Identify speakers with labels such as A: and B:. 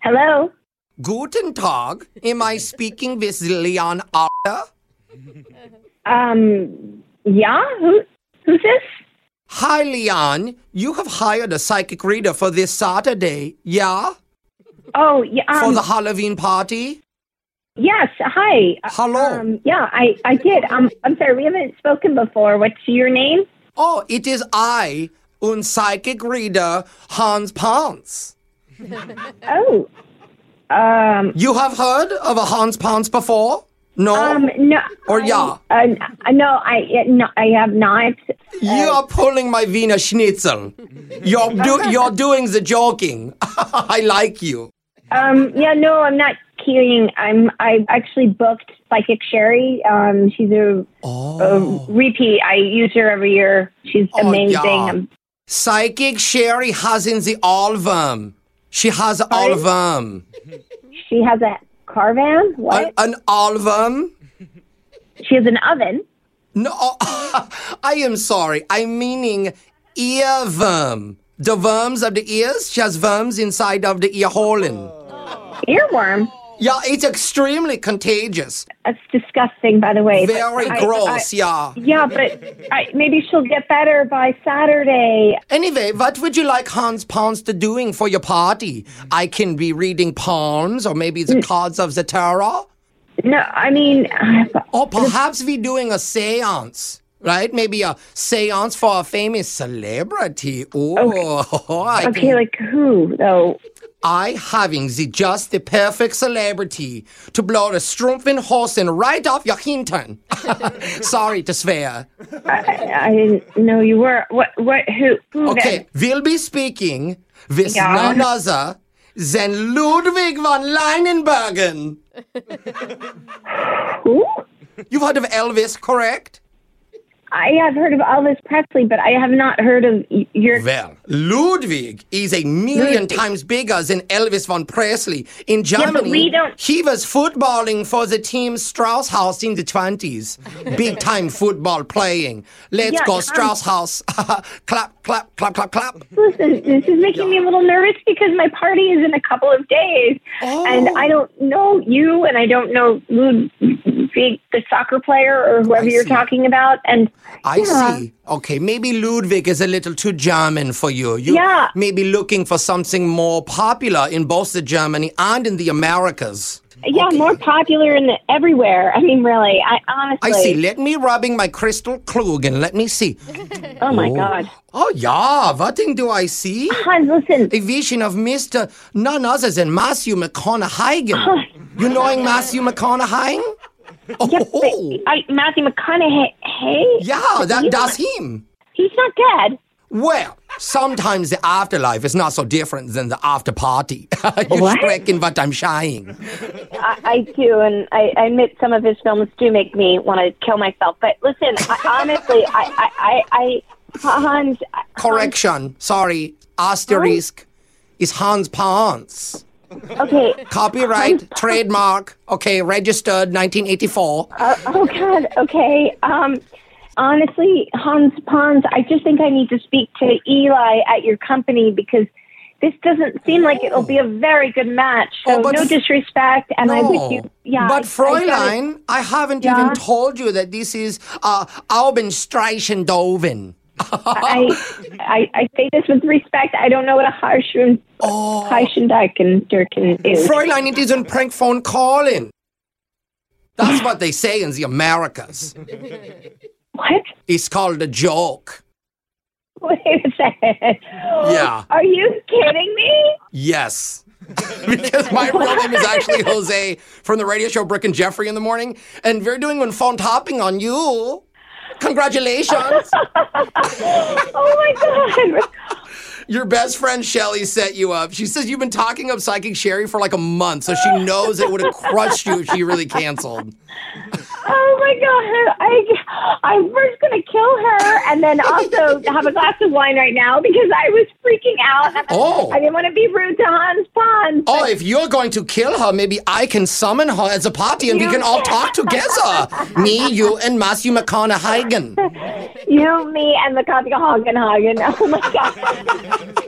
A: Hello.
B: Guten Tag. Am I speaking with Leon Arda?
A: Um. Yeah. Who? Who's this?
B: Hi, Leon. You have hired a psychic reader for this Saturday, yeah?
A: Oh. Yeah. Um,
B: for the Halloween party?
A: Yes. Hi. Uh,
B: Hello.
A: Um, yeah. I. I did. Um. I'm sorry. We haven't spoken before. What's your name?
B: Oh, it is I, un psychic reader, Hans Pons.
A: Oh. Um.
B: You have heard of a Hans Pons before? No?
A: Um. No.
B: Or
A: I-
B: yeah.
A: Uh, n- no. I. yeah, No. I have not.
B: you
A: uh,
B: are pulling my Wiener Schnitzel. You're, do- you're doing the joking. I like you.
A: Um. Yeah. No. I'm not kidding. I'm. I actually booked Psychic Sherry. Um. She's a, a repeat. I use her every year. She's
B: Oh,
A: amazing.
B: yeah.
A: Um,
B: Psychic Sherry has in the album. She has album.
A: She has a caravan. What?
B: An, an album?
A: she has an oven.
B: No, I am sorry. I'm meaning earworm. The worms of the ears, she has worms inside of the ear hole. in.
A: Oh. Earworm.
B: Yeah, it's extremely contagious.
A: That's disgusting, by the way. but
B: Very
A: I-
B: gross,
A: I-
B: yeah.
A: yeah, but I, maybe she'll get better by Saturday.
B: Anyway, what would you like Hans Pons to doing for your party? I can be reading palms or maybe
A: Hmm.
B: the cards of the tarot.
A: No, I mean,
B: Or perhaps we doing a seance, right? Maybe a seance for a famous celebrity. Ooh, I think
A: okay, like who though?
B: I having the just the perfect celebrity to blow the strumpfing horse and right off your hinton. Sorry to swear.
A: I, I didn't know you were. What? What? Who? Who?
B: Okay, we'll be speaking with
A: Yeah.
B: none other than Ludwig von Leinenbergen.
A: then? Who?
B: You've heard of Elvis, correct?
A: I have heard of Elvis Presley, but I have not heard of y- your.
B: Well, Ludwig is a million
A: Ludwig.
B: times bigger than Elvis von Presley. In Germany,
A: we don't-
B: he was footballing for the team Strausshaus in the 20s. Big time football playing. Let's
A: Yeah,
B: go,
A: um,
B: Strausshaus. clap, clap, clap, clap, clap.
A: Listen, this is making me a little nervous because my party is in a couple of days, and
B: Oh.
A: I don't know you, and I don't know Ludwig, the soccer player, or whoever
B: I
A: you're
B: see.
A: talking about. And
B: I see. Okay, maybe Ludwig is a little too German for you. You
A: Yeah.
B: may be looking for something more popular in both the Germany and in the Americas.
A: yeah, more popular in the, everywhere. I mean, really, I honestly.
B: I see. Let me rubbing my crystal klug and let me see.
A: Oh my God,
B: Oh yeah, what thing do I see?
A: Hans, listen.
B: A vision of Mr. none other than Matthew McConaughey. you knowing Matthew McConaughey? Oh,
A: I, Matthew McConaughey. Hey,
B: yeah, that,
A: He's
B: that's him.
A: he's not dead.
B: Well, sometimes the afterlife is not so different than the after party. you
A: What?
B: reckon what I'm shying?
A: I, I do, and I, I admit some of his films do make me want to kill myself. But listen, I, honestly, I, I, I, I Hans, I-
B: Correction, sorry, asterisk is Hans Pons.
A: okay,
B: Copyright, trademark, okay, registered 1984.
A: uh, oh God, okay. Um, honestly, Hans Pons, I just think I need to speak to Eli at your company because this doesn't seem like it'll be a very good match. So
B: Oh, but
A: no
B: f-
A: disrespect, and I
B: No.
A: would you, yeah.
B: But
A: I- I gotta-
B: Fräulein, I, haven't even told you that this is uh, Aubenstreichendoven.
A: I, I I say this with respect. I don't know what a Harshun oh. and Durkin is.
B: Fräulein, it isn't prank phone calling. That's what they say in the Americas.
A: What?
B: It's called a joke.
A: Wait a second.
B: Yeah.
A: Are you kidding me?
B: Yes. because my real name is actually Jose from the radio show Brooke and Jeffrey in the morning, and we're doing one phone topping on you. Congratulations.
A: Oh my god.
B: Your best friend Shelly set you up. She says you've been talking up Psychic Sherry for like a month, so she knows it would have crushed you if she really canceled.
A: Oh my god. I I'm first gonna kill her and then also have a glass of wine right now because I was freaking out.
B: Oh.
A: I didn't want to be rude to Hans Pons.
B: Oh, if you're going to kill her, maybe I can summon her as a party and we can all talk together. Me, you, and Matthew McConaughey.
A: You, me, and the coffee Hagen Hagen. Oh my god.